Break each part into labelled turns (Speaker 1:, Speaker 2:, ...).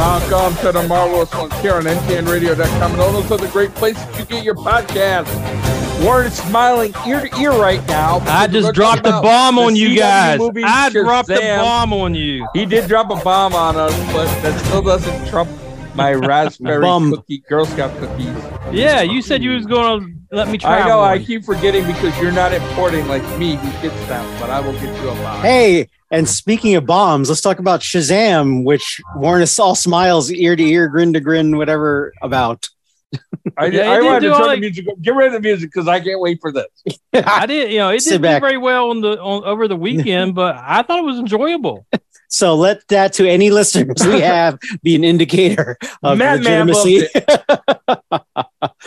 Speaker 1: episode of Marvelous Ones here on ntnradio.com and all those other great places you get your podcast. Warren is smiling ear to ear right now.
Speaker 2: I just dropped the bomb on you guys. I dropped the bomb on you.
Speaker 1: He did drop a bomb on us, but that still doesn't trump my raspberry
Speaker 3: Bum.
Speaker 1: cookie, Girl Scout cookies.
Speaker 2: Yeah, you said you was gonna let me try.
Speaker 1: I know, I
Speaker 2: one.
Speaker 1: keep forgetting because you're not importing like me who gets them, but I will get you a bomb.
Speaker 3: Hey, and speaking of bombs, let's talk about Shazam, which Warren is all smiles, ear to ear, grin to grin, whatever about.
Speaker 1: I,
Speaker 2: Yeah, it
Speaker 1: I
Speaker 2: didn't
Speaker 1: wanted to
Speaker 2: do
Speaker 1: turn
Speaker 2: all
Speaker 1: the
Speaker 2: like-
Speaker 1: music. Get rid of the music because I can't wait for this.
Speaker 2: I did, you know, it
Speaker 3: Sit
Speaker 2: didn't do
Speaker 3: back.
Speaker 2: very well on the on over the weekend, but I thought it was enjoyable.
Speaker 3: So let that to any listeners we have be an indicator of
Speaker 1: Madman
Speaker 3: legitimacy.
Speaker 1: loves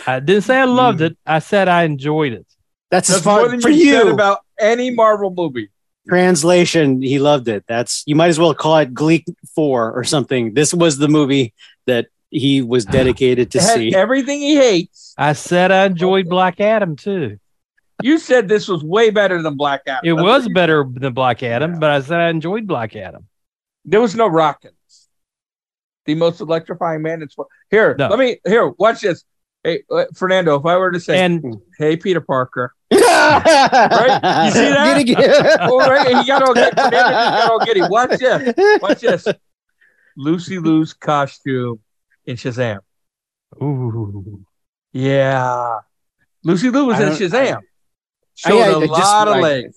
Speaker 2: I didn't say I loved it. I said I enjoyed it.
Speaker 3: That's as
Speaker 1: That's more
Speaker 3: far
Speaker 1: than
Speaker 3: for
Speaker 1: you said
Speaker 3: you.
Speaker 1: about any Marvel movie.
Speaker 3: Translation, he loved it. That's you might as well call it Gleek Four or something. This was the movie that he was dedicated to
Speaker 1: It had
Speaker 3: see.
Speaker 1: everything he hates.
Speaker 2: I said I enjoyed Black Adam too.
Speaker 1: You said this was way better than Black Adam.
Speaker 2: It
Speaker 1: That's
Speaker 2: was
Speaker 1: what you-
Speaker 2: better than Black Adam, but I said I enjoyed Black Adam.
Speaker 1: There was no rockets. The most electrifying man. It's here.
Speaker 2: No.
Speaker 1: Let me here. Watch this. Hey, uh, Fernando. If I were to say,
Speaker 2: And
Speaker 1: "Hey, Peter Parker,"
Speaker 3: right?
Speaker 1: You see that? oh, right, he got all giddy. Fernando just got all giddy. Watch this. Watch this. Lucy Lou's costume in Shazam.
Speaker 2: ooh,
Speaker 1: Yeah. Lucy Lou was
Speaker 3: I
Speaker 1: in
Speaker 3: don't-
Speaker 1: Shazam.
Speaker 3: I-
Speaker 1: Showed
Speaker 3: I-
Speaker 1: a
Speaker 3: I just-
Speaker 1: lot of
Speaker 3: I-
Speaker 1: legs.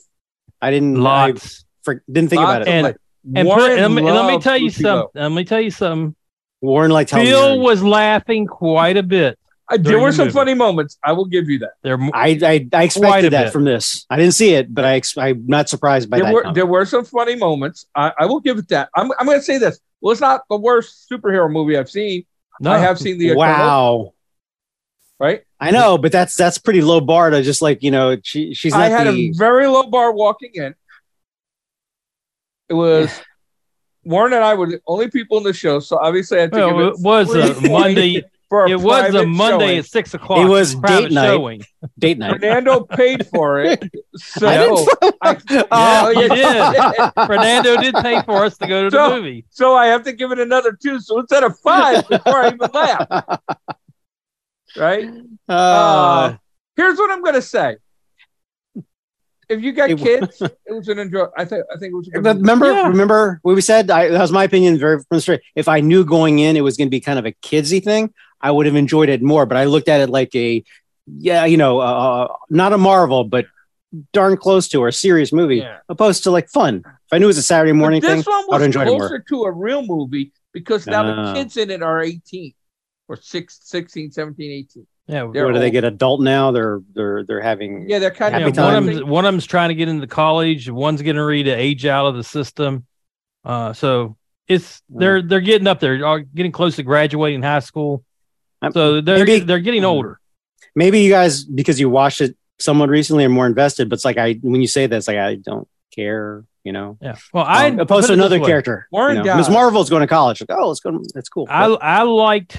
Speaker 3: I didn't. I
Speaker 2: lots.
Speaker 3: for, didn't think
Speaker 1: Lots
Speaker 3: about it.
Speaker 1: of
Speaker 2: And-
Speaker 1: legs.
Speaker 2: And, put,
Speaker 1: Warren
Speaker 2: and let me- let me
Speaker 1: loves
Speaker 2: tell you
Speaker 1: Lucy Lou.
Speaker 2: something. Let me tell you something.
Speaker 3: Warren liked how
Speaker 2: Bill was laughing quite a bit.
Speaker 1: Uh, There
Speaker 2: during
Speaker 1: were
Speaker 2: the
Speaker 1: some
Speaker 2: movie.
Speaker 1: funny moments. I will give you that.
Speaker 2: There,
Speaker 3: I, I I
Speaker 2: Quite a
Speaker 3: expected that
Speaker 2: bit.
Speaker 3: from this. I didn't see it, but I ex- I'm not surprised by
Speaker 1: There
Speaker 3: that.
Speaker 1: were
Speaker 3: comment.
Speaker 1: there were some funny moments. I, I will give it that. I'm I'm going to say this. Well, it's not the worst superhero movie I've seen.
Speaker 2: no,
Speaker 1: I have seen the Eternals,
Speaker 3: wow,
Speaker 1: right?
Speaker 3: I know, but that's that's pretty low bar to just like you know she she's
Speaker 1: I
Speaker 3: not
Speaker 1: had
Speaker 3: the
Speaker 1: a very low bar walking in. It was Warren and I were the only people in the show, so obviously I had to
Speaker 2: Well,
Speaker 1: give
Speaker 2: it was
Speaker 1: three
Speaker 2: a
Speaker 1: points
Speaker 2: Monday.
Speaker 1: For a
Speaker 2: It was a
Speaker 1: private
Speaker 2: Monday
Speaker 1: showing.
Speaker 2: at six o'clock.
Speaker 3: It was
Speaker 2: private
Speaker 3: date night.
Speaker 2: showing.
Speaker 3: date night.
Speaker 1: Fernando paid for it. So
Speaker 3: I didn't-
Speaker 1: I- Oh.
Speaker 2: Yeah, you
Speaker 1: yeah.
Speaker 3: Uh,
Speaker 2: Fernando did pay for us to go to the
Speaker 1: So-
Speaker 2: movie.
Speaker 1: so I have to give it another two. So it's at a five before I even laugh. Right?
Speaker 3: Uh,
Speaker 1: Uh, here's what I'm gonna say. If you got
Speaker 3: It w-
Speaker 1: kids, it was an enjoy. I think I think it was a good movie.
Speaker 3: remember,
Speaker 2: Yeah.
Speaker 3: remember what we said. I, that was my opinion. Very from the straight. If I knew going in, it was going to be kind of a kidsy thing, I would have enjoyed it more. But I looked at it like a, yeah, you know, uh, not a Marvel, but darn close to or a serious movie,
Speaker 1: Yeah.
Speaker 3: opposed to like fun. If I knew it was a Saturday morning
Speaker 1: But
Speaker 3: thing,
Speaker 1: this one
Speaker 3: I'd
Speaker 1: was
Speaker 3: enjoy it more.
Speaker 1: closer to a real movie because now the
Speaker 3: Oh.
Speaker 1: kids in it are 18 or six, 16, 17, 18.
Speaker 2: Yeah,
Speaker 1: They're
Speaker 3: what do they
Speaker 1: old.
Speaker 3: get? Adult now? They're they're they're having.
Speaker 1: Yeah, they're kind
Speaker 3: Happy
Speaker 2: yeah,
Speaker 1: of
Speaker 2: one of
Speaker 3: time.
Speaker 2: them's one of them's trying to get into college. One's getting ready to age out of the system. Uh, so it's
Speaker 3: Hmm.
Speaker 2: they're they're getting up there, are getting close to graduating high school.
Speaker 3: I'm-
Speaker 2: So they're
Speaker 3: maybe-
Speaker 2: they're getting older.
Speaker 3: Maybe you guys because you watched it somewhat recently are more invested. But it's like I when you say that, it's like I don't care. You know,
Speaker 2: Yeah. Well, I
Speaker 3: um, opposed
Speaker 2: put
Speaker 3: to
Speaker 2: it this
Speaker 3: another
Speaker 2: way.
Speaker 3: character.
Speaker 1: Warren
Speaker 3: you know? Miss
Speaker 1: died.
Speaker 3: Marvel's going to college. Like, oh, let's go. That's cool.
Speaker 2: I I liked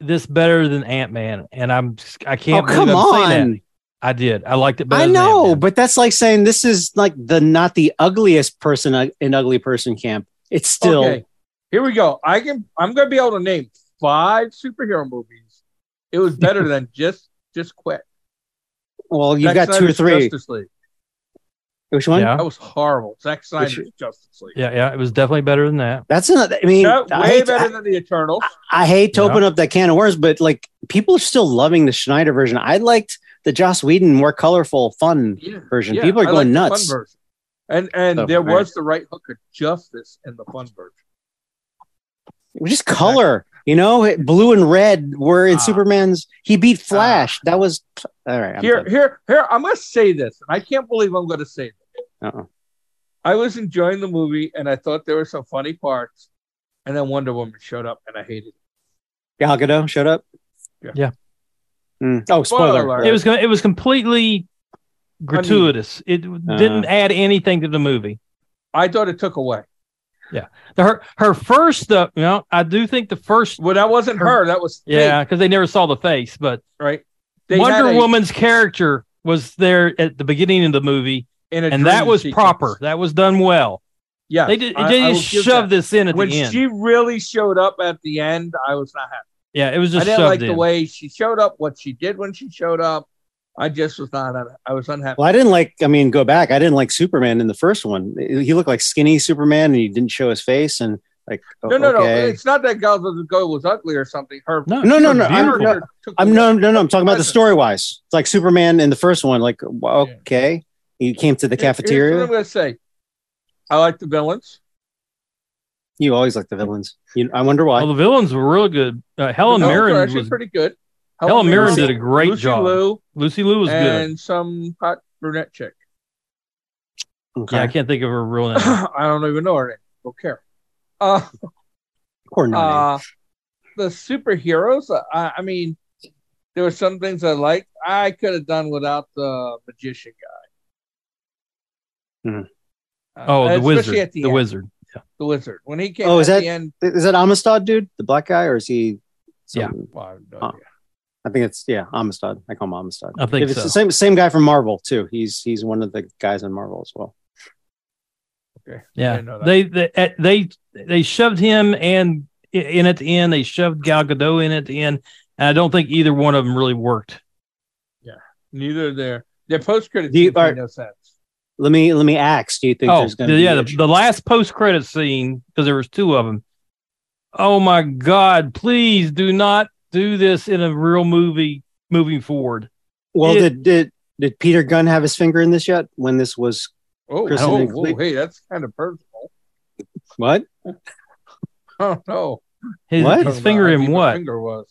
Speaker 2: this better than Ant Man, and I'm just- I
Speaker 3: oh,
Speaker 2: can't believe
Speaker 3: come
Speaker 2: I'm saying that.
Speaker 3: on.
Speaker 2: I did. I liked it better.
Speaker 3: I
Speaker 2: than
Speaker 3: know,
Speaker 2: Ant-Man.
Speaker 3: but that's like saying this is like the not the ugliest person uh, in ugly person camp. It's still
Speaker 1: Okay. Here we go. I can I'm gonna be able to name five superhero movies. It was better than just just quit.
Speaker 3: well, you've
Speaker 1: Zack
Speaker 3: got two or
Speaker 1: Snyder's
Speaker 3: three.
Speaker 1: Justice League.
Speaker 3: Which one?
Speaker 2: Yeah.
Speaker 1: That was horrible. Zack Snyder's
Speaker 3: Which-
Speaker 1: Justice League.
Speaker 2: yeah, yeah, it was definitely better than that.
Speaker 3: That's another. I mean,
Speaker 1: No,
Speaker 3: I
Speaker 1: way
Speaker 3: hate-
Speaker 1: better than the Eternals.
Speaker 3: I hate to
Speaker 2: Yeah.
Speaker 3: open up that can of worms, but like people are still loving the Schneider version. I liked the Joss Whedon more colorful, fun
Speaker 1: Yeah.
Speaker 3: version. people are
Speaker 1: I
Speaker 3: going
Speaker 1: like the
Speaker 3: nuts.
Speaker 1: fun version. And and
Speaker 3: So,
Speaker 1: there
Speaker 3: all right.
Speaker 1: was the right hook of justice in the fun version.
Speaker 3: Just color, you know, blue and red were in
Speaker 1: Ah.
Speaker 3: Superman's. He beat Flash. that was all right. I'm
Speaker 1: here,
Speaker 3: done.
Speaker 1: here, here. I'm going to say this, and I can't believe I'm going to say this.
Speaker 3: Uh-oh.
Speaker 1: I was enjoying the movie, and I thought there were some funny parts, and then Wonder Woman showed up, and I hated it.
Speaker 3: Gal Gadot showed up.
Speaker 1: Yeah.
Speaker 2: Yeah.
Speaker 3: Mm. Oh,
Speaker 1: Spoiler
Speaker 3: spoiler!
Speaker 1: alert.
Speaker 2: It was it was completely gratuitous. It didn't
Speaker 1: Uh.
Speaker 2: add anything to the movie.
Speaker 1: I thought it took away.
Speaker 2: Her her first though, you know, I do think the first
Speaker 1: Well, that wasn't her. That was Fate,
Speaker 2: yeah, because they never saw the face, but
Speaker 1: right. They
Speaker 2: Wonder
Speaker 1: had a-
Speaker 2: Woman's character was there at the beginning of the movie,
Speaker 1: in a
Speaker 2: and that
Speaker 1: dream
Speaker 2: was
Speaker 1: sequence.
Speaker 2: proper. That was done well.
Speaker 1: Yeah.
Speaker 2: They did.
Speaker 1: I-
Speaker 2: they
Speaker 1: I will
Speaker 2: just
Speaker 1: give
Speaker 2: shoved this in at
Speaker 1: when
Speaker 2: the end.
Speaker 1: she really showed up at the end, I was not happy.
Speaker 2: yeah, it was just
Speaker 1: I didn't
Speaker 2: shoved
Speaker 1: like
Speaker 2: in.
Speaker 1: the way she showed up, what she did when she showed up. I just was not. I was unhappy.
Speaker 3: Well, I didn't like. I mean, go back. I didn't like Superman in the first one. He looked like skinny Superman, and he didn't show his face. And like,
Speaker 1: No, no, no.
Speaker 3: okay.
Speaker 1: It's not that Gal Gadot was ugly or something. Her
Speaker 2: no,
Speaker 3: no, no,
Speaker 2: she's
Speaker 3: no, I'm-
Speaker 2: beautiful.
Speaker 1: character took
Speaker 3: I'm
Speaker 1: away.
Speaker 3: no, no, no. I'm talking about the
Speaker 1: Listen.
Speaker 3: story wise. It's like Superman in the first one. Like, w- okay, he came to the
Speaker 1: Here- Here's what I'm
Speaker 3: cafeteria.
Speaker 1: going to say. I like the villains.
Speaker 3: You always like the villains. You, I wonder why.
Speaker 2: Well, Oh, the villains were really good. Uh, Helen
Speaker 1: the villains were
Speaker 2: Mirren
Speaker 1: actually
Speaker 2: was
Speaker 1: pretty good.
Speaker 2: Helen Mirren did a great
Speaker 1: Lucy
Speaker 2: job.
Speaker 1: Liu,
Speaker 2: Lucy Liu was good.
Speaker 1: and some hot brunette chick.
Speaker 3: Okay.
Speaker 2: Oh, Yeah, I can't think of her real name.
Speaker 1: I don't even know her name. Don't care. Uh,
Speaker 3: Poor Nani.
Speaker 1: uh, the superheroes. uh, I, I mean, there were some things I liked. I could have done without the magician guy.
Speaker 3: Mhm.
Speaker 1: Uh,
Speaker 2: Oh, the
Speaker 1: especially
Speaker 2: wizard.
Speaker 1: at
Speaker 2: the
Speaker 1: the, end,
Speaker 2: wizard.
Speaker 1: the wizard. When he came
Speaker 3: Oh,
Speaker 1: at
Speaker 3: is that-
Speaker 1: the end,
Speaker 3: Is that Amistad, dude? The black guy, or is he?
Speaker 2: Yeah.
Speaker 3: something?
Speaker 1: well, I have no
Speaker 3: Huh.
Speaker 1: idea.
Speaker 3: I think it's yeah, Amistad. I call him Amistad.
Speaker 2: I think
Speaker 3: If it's
Speaker 2: so.
Speaker 3: the same same guy from Marvel too. He's he's one of the guys in Marvel as well.
Speaker 2: Yeah,
Speaker 1: didn't know that.
Speaker 2: they they at- they they shoved him and in at the end. They shoved Gal Gadot in at the end, and I don't think either one of them really worked.
Speaker 1: neither are there. Their post credits
Speaker 3: Do you-
Speaker 1: made
Speaker 3: are-
Speaker 1: no sense.
Speaker 3: Let me let me ask. Do you think
Speaker 2: Oh,
Speaker 3: there's going to
Speaker 2: the- yeah, the,
Speaker 3: be a-
Speaker 2: the last post credit scene because there was two of them. Oh my God! Please do not do this in a real movie moving forward.
Speaker 3: well
Speaker 2: it-
Speaker 3: did did did Peter Gunn have his finger in this yet? When this was
Speaker 1: Oh,
Speaker 3: Kristen
Speaker 1: oh,
Speaker 3: and
Speaker 1: whoa,
Speaker 3: Cleve-
Speaker 1: hey, that's kind of personal.
Speaker 3: what?
Speaker 1: Oh no,
Speaker 2: His,
Speaker 3: What?
Speaker 2: his finger in what?
Speaker 1: Finger was.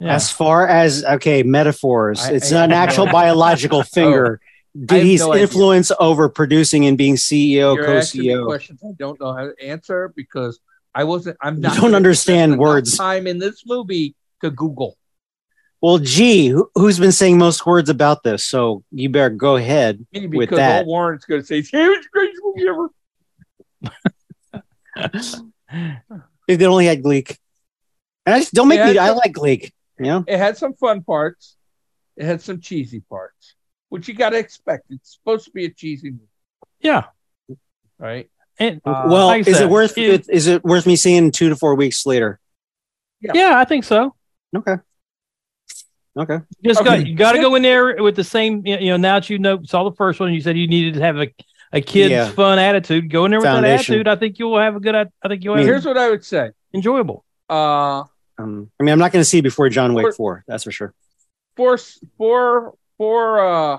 Speaker 2: Yeah.
Speaker 3: As far as okay metaphors,
Speaker 1: I-
Speaker 3: it's
Speaker 1: I-
Speaker 3: not an
Speaker 1: I-
Speaker 3: actual biological finger.
Speaker 1: I
Speaker 3: Did
Speaker 1: have
Speaker 3: his
Speaker 1: no idea.
Speaker 3: influence over producing and being E CEO,
Speaker 1: You're asking me
Speaker 3: co-CEO?
Speaker 1: questions I don't know how to answer because I wasn't. I'm
Speaker 3: You
Speaker 1: not.
Speaker 3: don't understand
Speaker 1: enough
Speaker 3: words.
Speaker 1: Time in this movie to Google.
Speaker 3: Well, gee, who, who's been saying most words about this? So you better go ahead.
Speaker 1: Me,
Speaker 3: With
Speaker 1: because
Speaker 3: that-
Speaker 1: all Warren's going to say, "Hey, it's the greatest movie ever."
Speaker 3: If they only had Gleek, and I just don't make
Speaker 1: Yeah,
Speaker 3: me.
Speaker 1: I
Speaker 3: I
Speaker 1: don't-
Speaker 3: like Gleek. You know,
Speaker 1: It had some fun parts. It had some cheesy parts, which you got to expect. It's supposed to be a cheesy movie,
Speaker 2: yeah.
Speaker 1: right?
Speaker 2: And
Speaker 1: Uh,
Speaker 3: well,
Speaker 2: like I
Speaker 3: is
Speaker 2: said,
Speaker 3: it worth?
Speaker 2: it-
Speaker 3: Is it worth me seeing two to four weeks later?
Speaker 2: yeah, I think so.
Speaker 3: Okay. Okay.
Speaker 2: Just
Speaker 1: Okay.
Speaker 2: got you got to go in there with the same. You know, now that you know saw the first one, you said you needed to have a a kid's
Speaker 3: Yeah.
Speaker 2: fun attitude. Go in there with that
Speaker 3: Foundation.
Speaker 2: attitude. I think you'll have a good. at- I think you'll
Speaker 3: I
Speaker 2: have
Speaker 3: mean-
Speaker 1: Here's what I would say.
Speaker 2: enjoyable.
Speaker 1: Uh,
Speaker 3: Um, I mean, I'm not going to see it before John Wick
Speaker 1: Or-
Speaker 3: four. That's for sure.
Speaker 1: four, four, four, uh,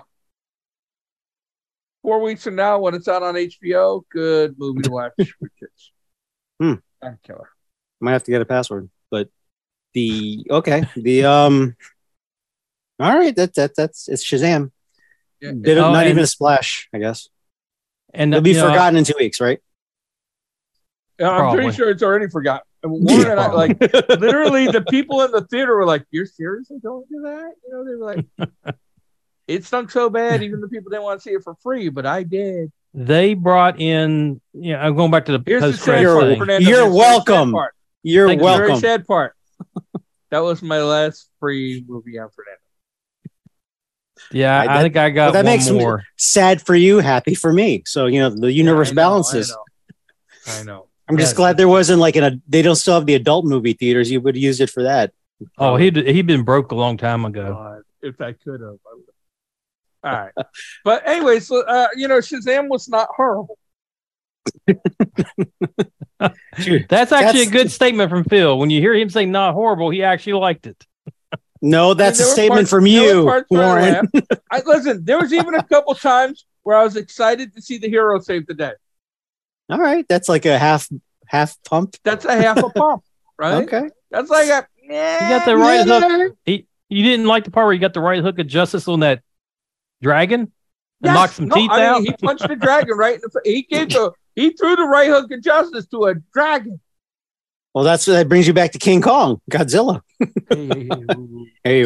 Speaker 1: four weeks from now, when it's out on HBO, good movie to watch for kids.
Speaker 3: Hmm.
Speaker 1: Time killer.
Speaker 3: Might have to get a password, but the okay, the um. All right, that that that's it's Shazam.
Speaker 1: Yeah,
Speaker 3: Did it-
Speaker 2: Oh,
Speaker 3: not
Speaker 2: and-
Speaker 3: even a splash, I guess.
Speaker 2: And uh,
Speaker 3: It'll be
Speaker 2: you know,
Speaker 3: forgotten in two weeks, right?
Speaker 1: Yeah, I'm
Speaker 2: Probably.
Speaker 1: pretty sure it's already forgotten. And Warren and I, like literally, the people in the theater were like, "You're seriously going to do that?" You know, they were like, "It stunk so bad, even the people didn't want to see it for free, but I did."
Speaker 2: they brought in. Yeah, I'm going back to the
Speaker 1: Here's the
Speaker 2: post
Speaker 1: sad
Speaker 2: credit
Speaker 3: You're-
Speaker 1: part,
Speaker 2: thing.
Speaker 1: Fernando.
Speaker 3: You're
Speaker 1: Here's the very sad
Speaker 3: welcome.
Speaker 1: part.
Speaker 3: You're
Speaker 2: Thank you.
Speaker 1: Here's the
Speaker 3: welcome.
Speaker 1: Very sad part. That was my last free movie on Fernando.
Speaker 2: Yeah,
Speaker 3: I-
Speaker 2: I,
Speaker 3: that-
Speaker 2: think I got
Speaker 3: that
Speaker 2: one
Speaker 3: makes me-
Speaker 2: more.
Speaker 3: Sad for you, happy for me. So you know the universe
Speaker 1: I know,
Speaker 3: balances.
Speaker 1: I know. I know.
Speaker 3: I'm just
Speaker 2: Yes.
Speaker 3: glad there wasn't like in a. They don't still have the adult movie theaters. You would have used it for that.
Speaker 2: Oh, he he'd been broke a long time ago.
Speaker 1: God, if I could have, I would have. All right. But anyways, uh, you know, Shazam was not horrible.
Speaker 2: That's actually
Speaker 3: That's-
Speaker 2: a good statement from Phil. When you hear him say "not horrible," he actually liked it.
Speaker 3: No, that's
Speaker 1: there
Speaker 3: a
Speaker 1: were
Speaker 3: statement
Speaker 1: parts-
Speaker 3: from
Speaker 1: there were
Speaker 3: you,
Speaker 1: parts where I
Speaker 3: Warren.
Speaker 1: laughed. I, listen, there was even a couple times where I was excited to see the hero save the day.
Speaker 3: All right, that's like a half half pump.
Speaker 1: That's a half a pump, right?
Speaker 3: Okay,
Speaker 1: That's like a
Speaker 2: You got the right hook. He, you didn't like the part where you got the right hook of justice on that dragon and
Speaker 1: Yes,
Speaker 2: knocked some
Speaker 1: no,
Speaker 2: teeth
Speaker 1: I mean,
Speaker 2: out.
Speaker 1: He punched the dragon right in the fa- he gave the he threw the right hook of justice to a dragon.
Speaker 3: well that's that brings you back to King Kong, Godzilla. Hey, hey,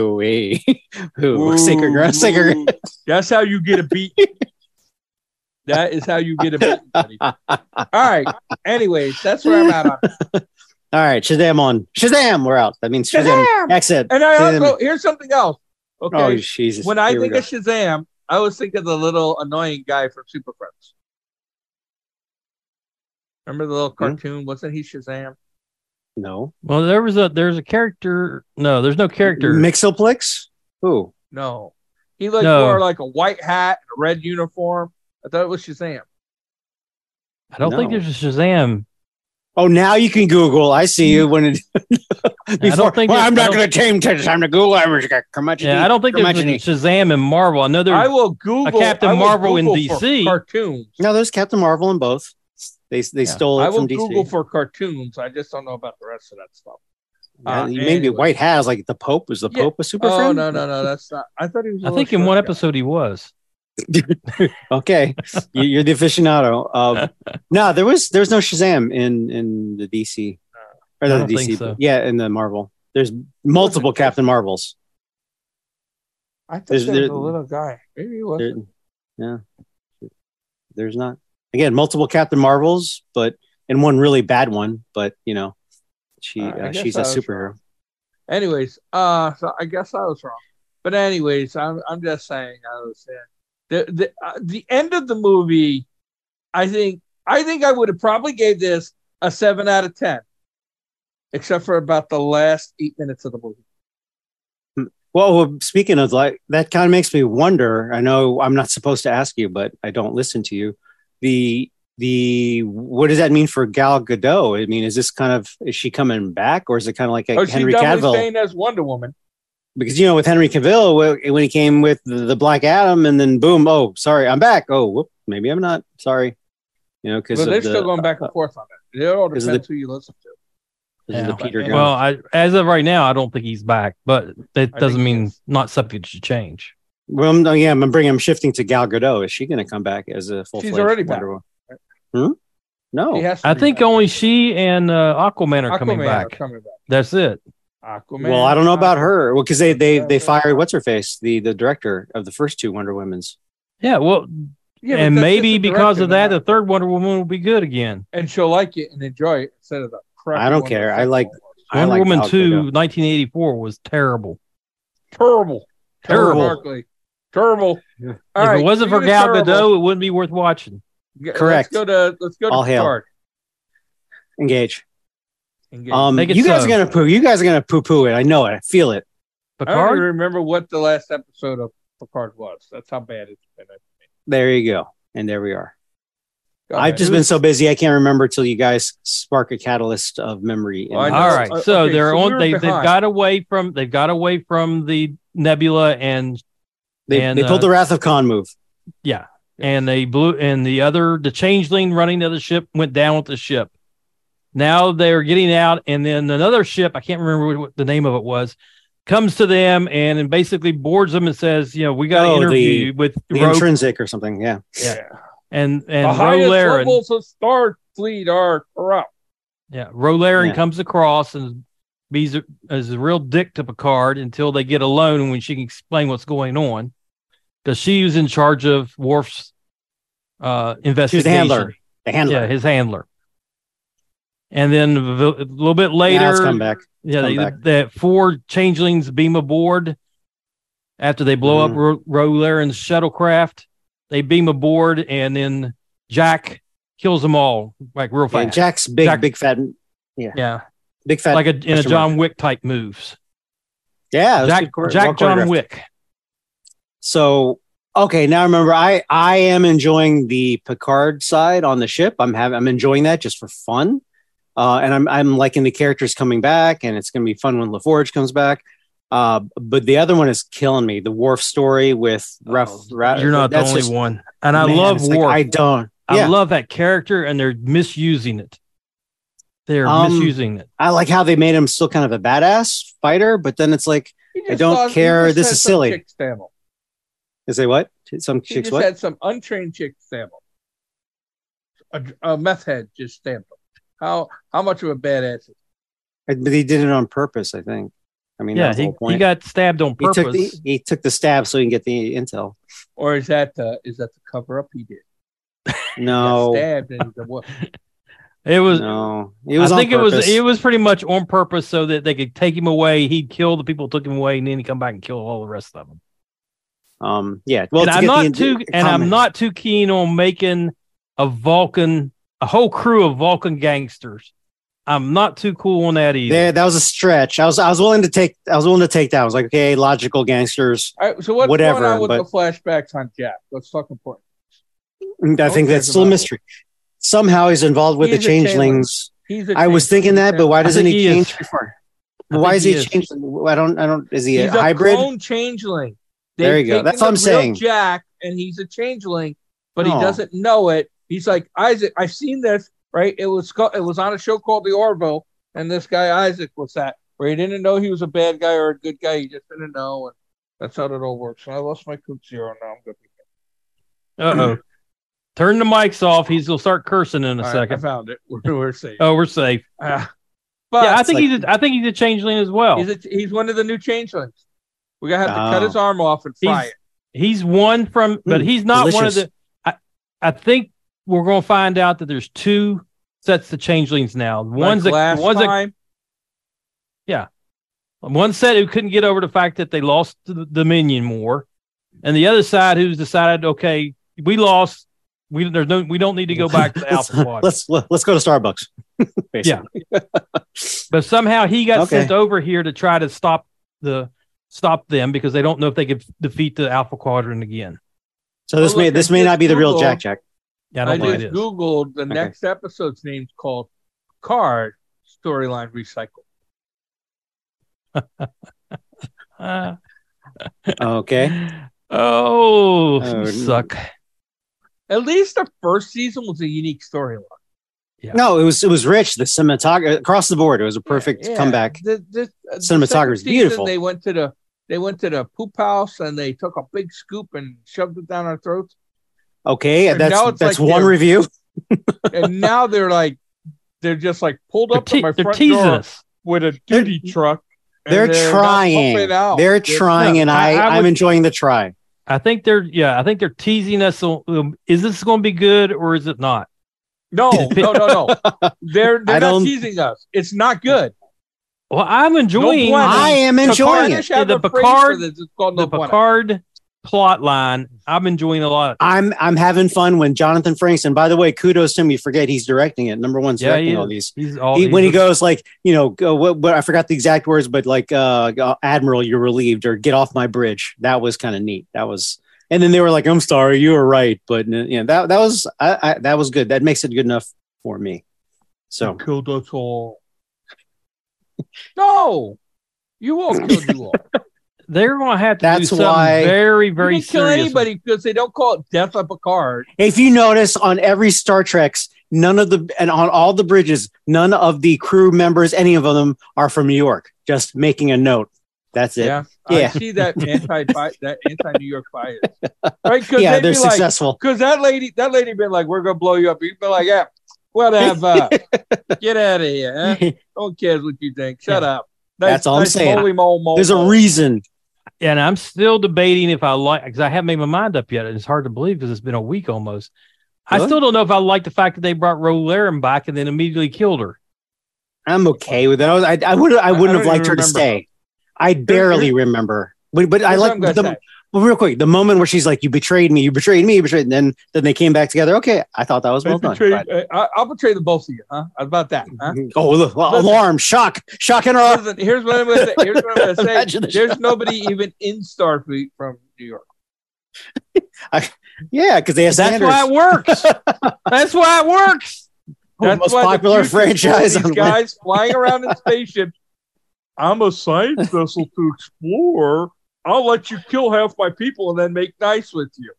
Speaker 3: Ooh, sacred ground, sacred.
Speaker 1: Ooh. That's how you get a beat. that is how you get a beat, buddy. All right. Anyways, that's where I'm at on.
Speaker 3: All right, Shazam on Shazam. We're out. That means Shazam.
Speaker 1: Shazam!
Speaker 3: Exit.
Speaker 1: And I
Speaker 3: Damn
Speaker 1: also here's something else. Okay.
Speaker 3: Oh Jesus!
Speaker 1: when I
Speaker 3: Here we
Speaker 1: think
Speaker 3: go.
Speaker 1: of Shazam, I always think of the little annoying guy from Super Friends. Remember the little
Speaker 2: Hmm?
Speaker 1: cartoon? Wasn't he Shazam?
Speaker 3: No.
Speaker 2: Well, there was a there's a character. No, there's no character.
Speaker 3: Mixoplex? Who?
Speaker 1: No, he like
Speaker 2: No.
Speaker 1: wore like a white hat and a red uniform. I thought it was Shazam.
Speaker 2: I don't think
Speaker 3: No.
Speaker 2: there's a Shazam.
Speaker 3: Oh, now you can Google. I see you when it. before,
Speaker 2: think
Speaker 3: well,
Speaker 2: that-
Speaker 3: I'm
Speaker 2: I
Speaker 3: not
Speaker 2: don't-
Speaker 3: going to tame Ted. I'm going to Google. I'm just going to
Speaker 2: Yeah, I don't think there's a
Speaker 3: Imagine-
Speaker 2: Shazam in Marvel. I know there's.
Speaker 1: I will Google
Speaker 2: Captain
Speaker 1: I will
Speaker 2: Marvel in
Speaker 1: Google for
Speaker 2: DC.
Speaker 1: cartoons.
Speaker 3: No, there's Captain Marvel in both. They they
Speaker 2: Yeah.
Speaker 3: stole
Speaker 1: I
Speaker 3: it
Speaker 1: will
Speaker 3: from DC.
Speaker 1: Google for cartoons. I just don't know about the rest of that stuff.
Speaker 3: Yeah,
Speaker 1: Uh,
Speaker 3: you made me
Speaker 1: anyway.
Speaker 3: white hats like the Pope was the
Speaker 1: Yeah.
Speaker 3: Pope a super
Speaker 1: Oh
Speaker 3: friend?
Speaker 1: no no no, that's not. I thought he was. a
Speaker 2: I
Speaker 1: little
Speaker 2: think in
Speaker 1: short
Speaker 2: one
Speaker 1: guy.
Speaker 2: episode he was.
Speaker 3: Okay, You- you're the aficionado. Of... no, there was there was no Shazam in in the DC
Speaker 1: Uh,
Speaker 3: or
Speaker 2: I
Speaker 3: not
Speaker 2: don't
Speaker 3: the
Speaker 2: think
Speaker 3: DC.
Speaker 2: so.
Speaker 3: but Yeah, in the Marvel. There's multiple Captain Marvels.
Speaker 1: I thought
Speaker 3: There's-
Speaker 1: there was
Speaker 3: there-
Speaker 1: a little guy. Maybe he
Speaker 3: There-
Speaker 1: wasn't.
Speaker 3: yeah, there's not again multiple Captain Marvels, but and one really bad one. But you know, she
Speaker 1: Uh, I
Speaker 3: uh,
Speaker 1: guess
Speaker 3: she's
Speaker 1: I
Speaker 3: a
Speaker 1: was
Speaker 3: superhero.
Speaker 1: Anyways, uh, so I guess I was wrong. But anyways, I'm I'm just saying I was uh, the the uh, the end of the movie. I think I think I would have probably gave this a seven out of ten, except for about the last eight minutes of the movie.
Speaker 3: Well, speaking of like that, kind of makes me wonder. I know I'm not supposed to ask you, but I don't listen to you. The the what does that mean for Gal Gadot? I mean, is this kind of is she coming back, or is it kind of like a
Speaker 1: oh, she
Speaker 3: Henry
Speaker 1: definitely
Speaker 3: Cavill?
Speaker 1: staying as Wonder Woman.
Speaker 3: because you know with Henry Cavill wh- when he came with the the Black Adam, and then boom, oh sorry, I'm back. Oh, whoop, maybe I'm not sorry. You know, because
Speaker 1: But
Speaker 3: of,
Speaker 1: they're
Speaker 3: the, uh,
Speaker 1: still going back and forth on it. It all depends
Speaker 3: 'cause of the-
Speaker 1: who you listen to.
Speaker 3: 'cause of the
Speaker 2: Yeah.
Speaker 3: Peter
Speaker 1: Well,
Speaker 3: Gunn.
Speaker 2: Well, I, as of right now, I don't think he's back, but that
Speaker 1: I
Speaker 2: doesn't
Speaker 1: think he
Speaker 2: mean
Speaker 1: is.
Speaker 2: not subject to change.
Speaker 3: Well, I'm, oh, yeah, I'm bringing. I'm shifting to Gal Gadot. Is she going to come back as a full?
Speaker 1: already back.
Speaker 3: Wonder Woman? Hmm? No.
Speaker 1: He has to
Speaker 2: I
Speaker 1: be
Speaker 2: think
Speaker 1: back.
Speaker 2: only she and uh, Aquaman are
Speaker 1: Aquaman
Speaker 2: coming
Speaker 1: are
Speaker 2: back.
Speaker 1: coming
Speaker 2: That's it.
Speaker 1: back. Aquaman.
Speaker 3: well, I don't know about her. Well, because they they
Speaker 1: Yeah,
Speaker 3: they
Speaker 1: Oh, yeah.
Speaker 3: fired what's her face, the the director of the first two Wonder Women's.
Speaker 2: Yeah. Well,
Speaker 1: Yeah, but
Speaker 2: and
Speaker 1: that's just
Speaker 2: maybe
Speaker 1: the
Speaker 2: because
Speaker 1: director,
Speaker 2: of
Speaker 1: they're
Speaker 2: that, the
Speaker 1: not-
Speaker 2: third Wonder Woman will be good again.
Speaker 1: and she'll like it and enjoy it instead of the crap.
Speaker 3: I don't
Speaker 1: one
Speaker 3: care.
Speaker 1: that
Speaker 3: I like-
Speaker 1: was.
Speaker 3: I
Speaker 2: Wonder
Speaker 3: like
Speaker 2: Woman
Speaker 3: Gal
Speaker 2: 2,
Speaker 3: Gadot.
Speaker 2: 1984, was terrible.
Speaker 1: terrible,
Speaker 2: Terrible.
Speaker 1: Remarkably. terrible.
Speaker 3: Yeah.
Speaker 1: All
Speaker 2: if
Speaker 1: right,
Speaker 2: it wasn't for
Speaker 1: speaking
Speaker 2: Gal
Speaker 1: of terrible,
Speaker 2: Gadot, it wouldn't be worth watching.
Speaker 1: g-
Speaker 3: correct.
Speaker 1: Let's go to let's go to
Speaker 3: All hail.
Speaker 1: Picard.
Speaker 3: Engage.
Speaker 1: and get-
Speaker 3: Um,
Speaker 2: Make it
Speaker 3: you guys
Speaker 2: so.
Speaker 3: are gonna poo. You guys are gonna poo poo it. I know it. I feel it.
Speaker 1: I don't even
Speaker 2: Picard?
Speaker 1: remember what the last episode of Picard was. That's how bad it's been.
Speaker 3: There you go. And there we are.
Speaker 1: Go
Speaker 3: I've
Speaker 1: ahead.
Speaker 3: just been so busy. I can't remember till you guys spark a catalyst of memory. in
Speaker 1: Well, I
Speaker 2: All
Speaker 3: my-
Speaker 1: know.
Speaker 2: right.
Speaker 1: Uh,
Speaker 2: so
Speaker 1: okay,
Speaker 2: they're
Speaker 1: so we
Speaker 2: on
Speaker 1: were
Speaker 2: they they've
Speaker 1: behind.
Speaker 2: got away from they've got away from the Nebula and
Speaker 3: They,
Speaker 2: And,
Speaker 3: they pulled
Speaker 2: uh,
Speaker 3: the Wrath of Khan move.
Speaker 2: Yeah. And they blew and the other the changeling running the other ship went down with the ship. Now they're getting out, and then another ship, I can't remember what the name of it was, comes to them and, and basically boards them and says, you know, we got to
Speaker 3: Oh, the-
Speaker 2: interview you with
Speaker 3: The
Speaker 2: Ro-
Speaker 3: intrinsic or something. Yeah.
Speaker 1: yeah.
Speaker 2: and
Speaker 1: The
Speaker 2: and
Speaker 1: highest
Speaker 2: Rolaren.
Speaker 1: levels of Starfleet are corrupt.
Speaker 2: Yeah, Rolaren
Speaker 3: Yeah.
Speaker 2: comes across and bees a, is a real dick to Picard until they get alone when she can explain what's going on, because she was in charge of Worf's uh, investigation.
Speaker 3: handler. The handler.
Speaker 2: Yeah, his handler. And then a v- a little bit
Speaker 3: Now it's
Speaker 2: later,
Speaker 3: come back.
Speaker 2: yeah,
Speaker 3: come
Speaker 2: they,
Speaker 3: back.
Speaker 2: that four changelings beam aboard after they blow
Speaker 3: Mhm.
Speaker 2: up Ro- Rolarin's shuttlecraft. They beam aboard, and then Jack kills them all like real
Speaker 3: Yeah,
Speaker 2: fast.
Speaker 3: Jack's big,
Speaker 2: Jack-
Speaker 3: big fat,
Speaker 2: yeah,
Speaker 3: big fat.
Speaker 2: like a in a
Speaker 3: question
Speaker 2: John Wick type moves.
Speaker 3: yeah. it was
Speaker 2: Jack,
Speaker 3: good chore- well
Speaker 2: Jack John
Speaker 3: choreographed.
Speaker 2: Wick.
Speaker 3: So okay, now remember, I I am enjoying the Picard side on the ship. I'm having I'm enjoying that just for fun, uh, and I'm I'm liking the characters coming back, and it's gonna be fun when LaForge comes back. Uh, but the other one is killing me. The Wharf story with Ralph. Ra-
Speaker 2: Oh, You're not the
Speaker 3: that's
Speaker 2: only
Speaker 3: just-
Speaker 2: one, and I
Speaker 3: man,
Speaker 2: love
Speaker 3: it's like,
Speaker 2: Worf.
Speaker 3: I don't.
Speaker 2: I,
Speaker 3: yeah.
Speaker 2: love that character, and they're misusing it. They're
Speaker 3: Um,
Speaker 2: misusing it.
Speaker 3: I like how they made him still kind of a badass fighter, but then it's like
Speaker 1: He
Speaker 3: I
Speaker 1: just
Speaker 3: don't
Speaker 1: lost- he
Speaker 3: care,
Speaker 1: just
Speaker 3: this
Speaker 1: had
Speaker 3: is
Speaker 1: some
Speaker 3: silly.
Speaker 1: chick stamina.
Speaker 3: is they what some
Speaker 1: He
Speaker 3: chicks
Speaker 1: just
Speaker 3: what
Speaker 1: had some untrained chick stamp him. A, a meth head just stamped him. How how much of a badass? is he?
Speaker 3: Uh, but he did it on purpose. I think. I mean, that
Speaker 2: Yeah,
Speaker 3: was the
Speaker 2: he,
Speaker 3: whole
Speaker 2: he
Speaker 3: point.
Speaker 2: got stabbed on
Speaker 3: He
Speaker 2: purpose.
Speaker 3: took the he took the stab so he can get the intel.
Speaker 1: Or is that the is that the cover up he did? He got
Speaker 3: No,
Speaker 1: stabbed and he's a wo-
Speaker 2: it was.
Speaker 3: no, it was.
Speaker 2: I
Speaker 3: on
Speaker 2: think it was.
Speaker 3: purpose.
Speaker 2: It was pretty much on purpose so that they could take him away. He'd kill the people who took him away, and then he'd come back and kill all the rest of them.
Speaker 3: Um, yeah. Well,
Speaker 2: and
Speaker 3: to
Speaker 2: I'm
Speaker 3: get
Speaker 2: not
Speaker 3: the-
Speaker 2: too.
Speaker 3: the
Speaker 2: And I'm
Speaker 3: comment.
Speaker 2: not too keen on making a Vulcan a whole crew of Vulcan gangsters. I'm not too cool on that either.
Speaker 3: There, that was a stretch. I was I was willing to take I was willing to take that. I was like, okay, logical gangsters.
Speaker 1: All right, so what's
Speaker 3: Whatever,
Speaker 1: going on with
Speaker 3: but-
Speaker 1: the flashbacks on Jack? Let's talk important.
Speaker 3: And I think
Speaker 1: Okay,
Speaker 3: that's still a
Speaker 1: about-
Speaker 3: mystery. Somehow he's involved with
Speaker 1: He's
Speaker 3: the
Speaker 1: a changeling.
Speaker 3: changelings.
Speaker 1: He's a
Speaker 3: I was thinking that, but why
Speaker 2: I
Speaker 3: doesn't
Speaker 2: think
Speaker 3: he,
Speaker 2: he is.
Speaker 3: change before?
Speaker 2: I
Speaker 3: Why
Speaker 2: think
Speaker 3: is
Speaker 2: he
Speaker 3: he,
Speaker 2: is.
Speaker 3: changing? I don't. I don't. Is he
Speaker 1: he's
Speaker 3: a hybrid?
Speaker 1: clone changeling.
Speaker 3: There you go.
Speaker 1: taken
Speaker 3: That's what
Speaker 1: the
Speaker 3: I'm
Speaker 1: real
Speaker 3: saying.
Speaker 1: Jack, and he's a changeling, but he
Speaker 3: No.
Speaker 1: doesn't know it. He's like Isaac. I've seen this. Right? It was co- it was on a show called The Orville, and this guy Isaac was that where he didn't know he was a bad guy or a good guy. He just didn't know, and that's how it all works. And I lost my Coke Zero. Now I'm good.
Speaker 2: Uh oh. Turn the mics off. He's gonna start cursing in a
Speaker 1: All right, I
Speaker 2: second.
Speaker 1: found it. We're, we're safe.
Speaker 2: Oh, we're safe.
Speaker 1: Ah. but
Speaker 2: yeah, I think
Speaker 3: like-
Speaker 2: he's. A, I think he's a changeling as well.
Speaker 1: he's
Speaker 2: He's,
Speaker 1: a, he's one of the new changelings. We're gonna have to cut
Speaker 3: Oh.
Speaker 1: his arm off and fry
Speaker 2: He's- one from, but
Speaker 3: Mm,
Speaker 2: he's not one of
Speaker 3: delicious.
Speaker 2: the. I, I think we're gonna find out that there's two sets of changelings now.
Speaker 1: it.
Speaker 2: One's
Speaker 1: like
Speaker 2: a
Speaker 1: last
Speaker 2: one's a,
Speaker 1: time.
Speaker 2: one set who couldn't get over the fact that they lost to the Dominion War, and the other side who's decided, okay, we lost. We there's no we don't need to go back to
Speaker 3: let's,
Speaker 2: Alpha Quadrant.
Speaker 3: let's let's go to Starbucks. Basically.
Speaker 2: Yeah. But somehow he got
Speaker 3: Okay.
Speaker 2: sent over here to try to stop the stop them because they don't know if they could defeat the Alpha Quadrant again.
Speaker 3: So this
Speaker 1: Well,
Speaker 3: may
Speaker 1: look,
Speaker 3: this
Speaker 1: I
Speaker 3: may
Speaker 1: did
Speaker 3: not be the real
Speaker 1: Google-
Speaker 3: Jack Jack.
Speaker 2: Yeah, I
Speaker 1: I,
Speaker 2: don't think it
Speaker 1: just
Speaker 2: is.
Speaker 1: Googled the next episode's name's called Card Storyline Recycle.
Speaker 2: Uh,
Speaker 3: Okay.
Speaker 2: Oh, you
Speaker 3: Oh,
Speaker 2: suck.
Speaker 1: At least the first season was a unique storyline.
Speaker 3: No, it was it was rich. The cinematography across the board. It was a perfect
Speaker 1: Yeah.
Speaker 3: comeback.
Speaker 1: The, the, uh, the
Speaker 3: Cinematography
Speaker 1: second
Speaker 3: is
Speaker 1: season,
Speaker 3: beautiful.
Speaker 1: They went to the they went to the poop house and they took a big scoop and shoved it down our throats.
Speaker 3: Okay,
Speaker 1: And now
Speaker 3: that's
Speaker 1: it's
Speaker 3: that's
Speaker 1: like
Speaker 3: one
Speaker 1: they're-
Speaker 3: review.
Speaker 1: and now they're like they're just like pulled
Speaker 2: They're,
Speaker 1: up to
Speaker 2: te-
Speaker 1: my
Speaker 2: they're
Speaker 1: front
Speaker 2: teasing
Speaker 1: door
Speaker 2: us.
Speaker 1: with a
Speaker 3: They're-
Speaker 1: duty truck. and
Speaker 3: They're,
Speaker 1: not
Speaker 3: trying.
Speaker 1: pumping out.
Speaker 3: They're trying, and
Speaker 2: I- I
Speaker 3: I, I am
Speaker 2: would-
Speaker 3: enjoying the try.
Speaker 2: I think they're yeah. I think they're teasing us. So, um, is this going to be good or is it not?
Speaker 1: No, no, no, no. They're they're not
Speaker 3: I don't-
Speaker 1: teasing us. It's not good.
Speaker 2: Well, I'm enjoying
Speaker 1: bueno.
Speaker 3: I am enjoying it.
Speaker 1: Have
Speaker 2: The
Speaker 1: a phrase
Speaker 2: Picard-
Speaker 1: for this. It's called
Speaker 2: the
Speaker 1: no bueno.
Speaker 2: Picard plot line. I'm enjoying a lot.
Speaker 3: I'm I'm having fun when Jonathan Franks. And by the way, kudos to him. You forget he's directing it. Number one's
Speaker 2: Yeah,
Speaker 3: directing
Speaker 2: he
Speaker 3: all
Speaker 2: is.
Speaker 3: these.
Speaker 2: He's all
Speaker 3: He,
Speaker 2: he's
Speaker 3: when he
Speaker 2: a-
Speaker 3: goes like, you know, go, what, what I forgot the exact words, but like, uh, uh, Admiral, you're relieved, or get off my bridge. That was kind of neat. That was, and then they were like, I'm sorry, you were right, but you know, that that was I, I, that was good. That makes it good enough for me. So
Speaker 1: killed us all. No, you all killed you all.
Speaker 2: they're going to have to do
Speaker 3: That's
Speaker 2: something
Speaker 3: why-
Speaker 2: very very
Speaker 1: you didn't kill
Speaker 2: serious.
Speaker 1: anybody because they don't call it death of Picard.
Speaker 3: If you notice on every Star Trek's, none of the and on all the bridges, none of the crew members, any of them, are from New York. Just making a note. That's it. Yeah,
Speaker 1: Yeah, I
Speaker 3: Yeah.
Speaker 1: see that anti that anti New York bias, right? Because
Speaker 3: they're
Speaker 1: be like,
Speaker 3: successful.
Speaker 1: because that lady that lady been like, we're gonna blow you up. You'd be like, yeah, whatever, get out of here. Huh? No one cares what you think. Shut up.
Speaker 3: That's all I'm saying.
Speaker 1: moly mole mole
Speaker 3: There's a
Speaker 1: mole.
Speaker 3: reason.
Speaker 2: and I'm still debating if I like because I haven't made my mind up yet. and It's hard to believe because it's been a week almost. I
Speaker 3: Really?
Speaker 2: still don't know if I like the fact that they brought Rolaren back and then immediately killed her.
Speaker 3: I'm okay with that. I, was- I, I would I
Speaker 1: I
Speaker 3: wouldn't
Speaker 1: don't
Speaker 3: have liked
Speaker 1: even
Speaker 3: her to
Speaker 1: remember.
Speaker 3: stay. I barely remember. But, but I
Speaker 1: Here's what
Speaker 3: like
Speaker 1: I'm gonna say.
Speaker 3: the well, real quick the moment where she's like, "You betrayed me. You betrayed me. You betrayed." And then then they came back together. Okay, I thought that was well
Speaker 1: I'll
Speaker 3: done.
Speaker 1: betray-
Speaker 3: But-
Speaker 1: I, I'll betray the both of you, huh? How about that? Huh?
Speaker 3: oh, look, alarm! Shock! Shock in our
Speaker 1: Listen, here's what I'm gonna say. Here's what I'm gonna say.
Speaker 3: Imagine the
Speaker 1: There's nobody even in Starfleet from New York.
Speaker 3: yeah, because they have
Speaker 2: That's
Speaker 3: standards.
Speaker 2: why it works. That's why it works.
Speaker 1: That's
Speaker 3: most
Speaker 1: why the
Speaker 3: popular
Speaker 1: future's full of
Speaker 3: franchise
Speaker 1: These
Speaker 3: on
Speaker 1: guys flying around in spaceships. I'm a science vessel to explore. I'll let you kill half my people and then make nice with you.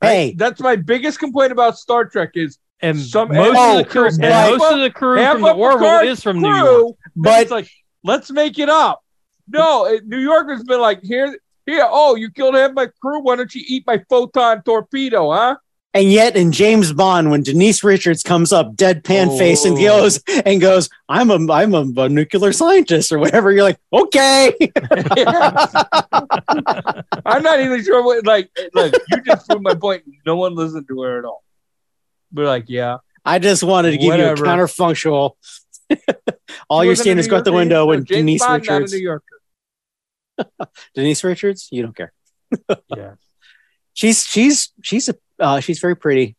Speaker 3: Hey.
Speaker 1: that's my biggest complaint about Star Trek is
Speaker 2: And
Speaker 1: Some-
Speaker 2: most
Speaker 3: Oh,
Speaker 2: of the crew, and
Speaker 3: like-
Speaker 2: most of the crew
Speaker 1: half
Speaker 2: from the
Speaker 1: of Picard's
Speaker 2: Orville is from New York.
Speaker 1: crew. But
Speaker 3: But-
Speaker 1: it's like, let's make it up. No, it, New York has been like, here, here. Oh, you killed half my crew. Why don't you eat my photon torpedo, huh?
Speaker 3: And yet, in James Bond, when Denise Richards comes up, deadpan
Speaker 1: Oh.
Speaker 3: face, and goes and goes, "I'm a I'm a, a nuclear scientist" or whatever. You're like, okay,
Speaker 1: I'm not even sure what. Like, look, you just proved my point. No one listened to her at all. We're like, yeah,
Speaker 3: I just wanted to give
Speaker 1: Whatever.
Speaker 3: you a counterfunctional. All
Speaker 1: She wasn't
Speaker 3: your
Speaker 1: a
Speaker 3: standards
Speaker 1: New
Speaker 3: go out the
Speaker 1: Yorker
Speaker 3: window
Speaker 1: either.
Speaker 3: when
Speaker 1: James
Speaker 3: Denise
Speaker 1: Bond, not a
Speaker 3: Richards.
Speaker 1: New Yorker.
Speaker 3: Denise Richards, you don't care.
Speaker 1: Yeah,
Speaker 3: She's she's she's a uh, she's very pretty.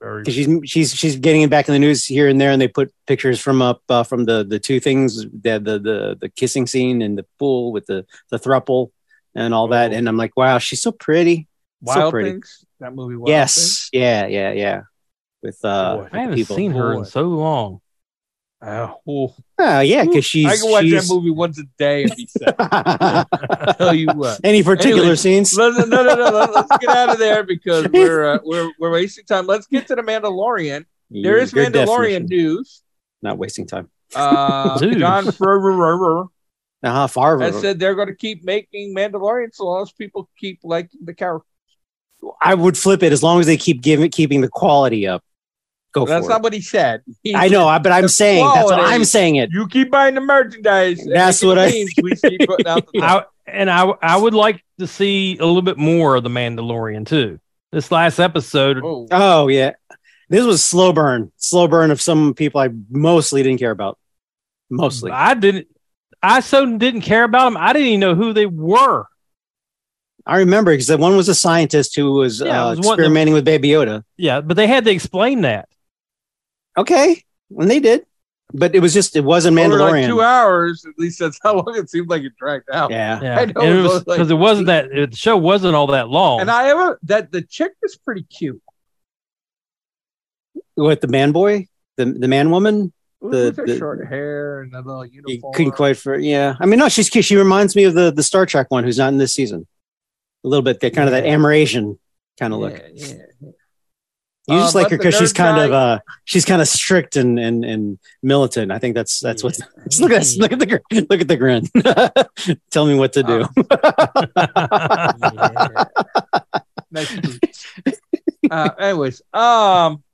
Speaker 1: Very
Speaker 3: because she's she's she's getting it back in the news here and there, and they put pictures from up uh, from the the two things the the the, the kissing scene and the pool with the the thruple and all that,
Speaker 1: Oh.
Speaker 3: and I'm like, wow, she's so pretty.
Speaker 1: Wild
Speaker 3: pretty.
Speaker 1: Things. That movie. Wild
Speaker 3: yes,
Speaker 1: Things?
Speaker 3: yeah, yeah, yeah. With uh,
Speaker 1: Boy,
Speaker 2: I haven't
Speaker 3: people.
Speaker 2: seen her in
Speaker 1: Boy.
Speaker 2: so long.
Speaker 1: Oh, ooh.
Speaker 3: oh, yeah, because she's
Speaker 1: I can watch
Speaker 3: she's-
Speaker 1: that movie once a day and be set. I tell you what.
Speaker 3: Any particular
Speaker 1: Anyway,
Speaker 3: scenes?
Speaker 1: Let, no, no, no. Let, us get out of there because we're uh, we're we're wasting time. Let's get to the Mandalorian. There is
Speaker 3: Your
Speaker 1: Mandalorian
Speaker 3: definition.
Speaker 1: news.
Speaker 3: Not wasting time.
Speaker 1: Uh,
Speaker 2: News.
Speaker 1: John Favreau
Speaker 3: Uh huh. Far.
Speaker 1: has said they're going to keep making Mandalorian so long as people keep liking the character.
Speaker 3: I would flip it as long as they keep giving keeping the quality up. Go
Speaker 1: But that's
Speaker 3: for it.
Speaker 1: not what he said. He
Speaker 3: I know, I- but I'm
Speaker 1: the
Speaker 3: saying that's what
Speaker 1: quality.
Speaker 3: I'm saying it.
Speaker 1: You keep buying the merchandise. and
Speaker 3: That's
Speaker 1: it
Speaker 3: what I-
Speaker 1: means We keep putting out the
Speaker 2: I, and I I would like to see a little bit more of the Mandalorian too. This last episode,
Speaker 1: Whoa.
Speaker 3: Oh yeah, this was slow burn, slow burn of some people I mostly didn't care about. Mostly,
Speaker 2: I didn't. I so didn't care about them. I didn't even know who they were.
Speaker 3: I remember because the one was a scientist who was,
Speaker 2: Yeah, it
Speaker 3: uh,
Speaker 2: was one of them.
Speaker 3: experimenting with Baby Yoda.
Speaker 2: Yeah, but they had to explain that.
Speaker 3: Okay, and they did, but it was just it wasn't
Speaker 1: Over like
Speaker 3: Mandalorian.
Speaker 1: two hours, at least that's how long it seemed like it dragged out.
Speaker 3: yeah,
Speaker 2: Yeah,
Speaker 1: I
Speaker 2: and
Speaker 1: know,
Speaker 2: it was
Speaker 1: but, like,
Speaker 2: because it wasn't that it, the show wasn't all that long.
Speaker 1: And I ever that the chick is pretty cute.
Speaker 3: with the man boy, the the man woman. The-
Speaker 1: With her
Speaker 3: the-
Speaker 1: short hair and the little
Speaker 3: You
Speaker 1: uniform.
Speaker 3: couldn't quite for yeah. I mean, no, she's cute. She reminds me of the the Star Trek one who's not in this season. A little bit that kind of that Amerasian kind of look.
Speaker 1: Yeah, yeah.
Speaker 3: You just
Speaker 1: Uh,
Speaker 3: like
Speaker 1: but
Speaker 3: her
Speaker 1: the
Speaker 3: because she's
Speaker 1: nerd
Speaker 3: kind of
Speaker 1: guy-
Speaker 3: uh she's kind of strict and and and militant. I think that's that's what. Just look at this. Look at the gr- look at the grin. Tell me what to do.
Speaker 1: Yeah. Nice boots. uh, anyways, um,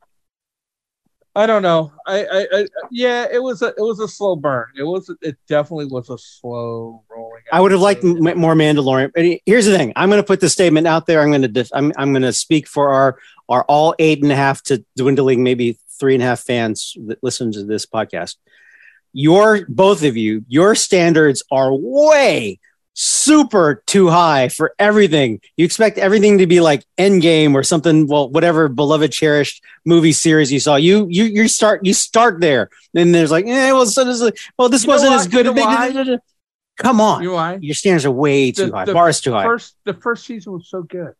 Speaker 1: I don't know. I, I, I, yeah, it was a, it was a slow burn. It was, it definitely was a slow rolling.
Speaker 3: I would have liked
Speaker 1: episode.
Speaker 3: m- more Mandalorian. And Here's the thing. I'm going to put this statement out there. I'm going to def- I'm I'm going to speak for our our all eight and a half to dwindling maybe three and a half fans that listen to this podcast. Your both of you, your standards are way super too high for everything. You expect everything to be like Endgame or something. Well, whatever beloved, cherished movie series you saw, you you you start you start there. Then there's like, eh, well, so this, well, this
Speaker 1: You know
Speaker 3: wasn't
Speaker 1: why-
Speaker 3: as good.
Speaker 1: you know why?
Speaker 3: Come on
Speaker 1: You know why?
Speaker 3: your standards are way too
Speaker 1: The-
Speaker 3: high.
Speaker 1: the
Speaker 3: Bars too high.
Speaker 1: First, the first season was so good.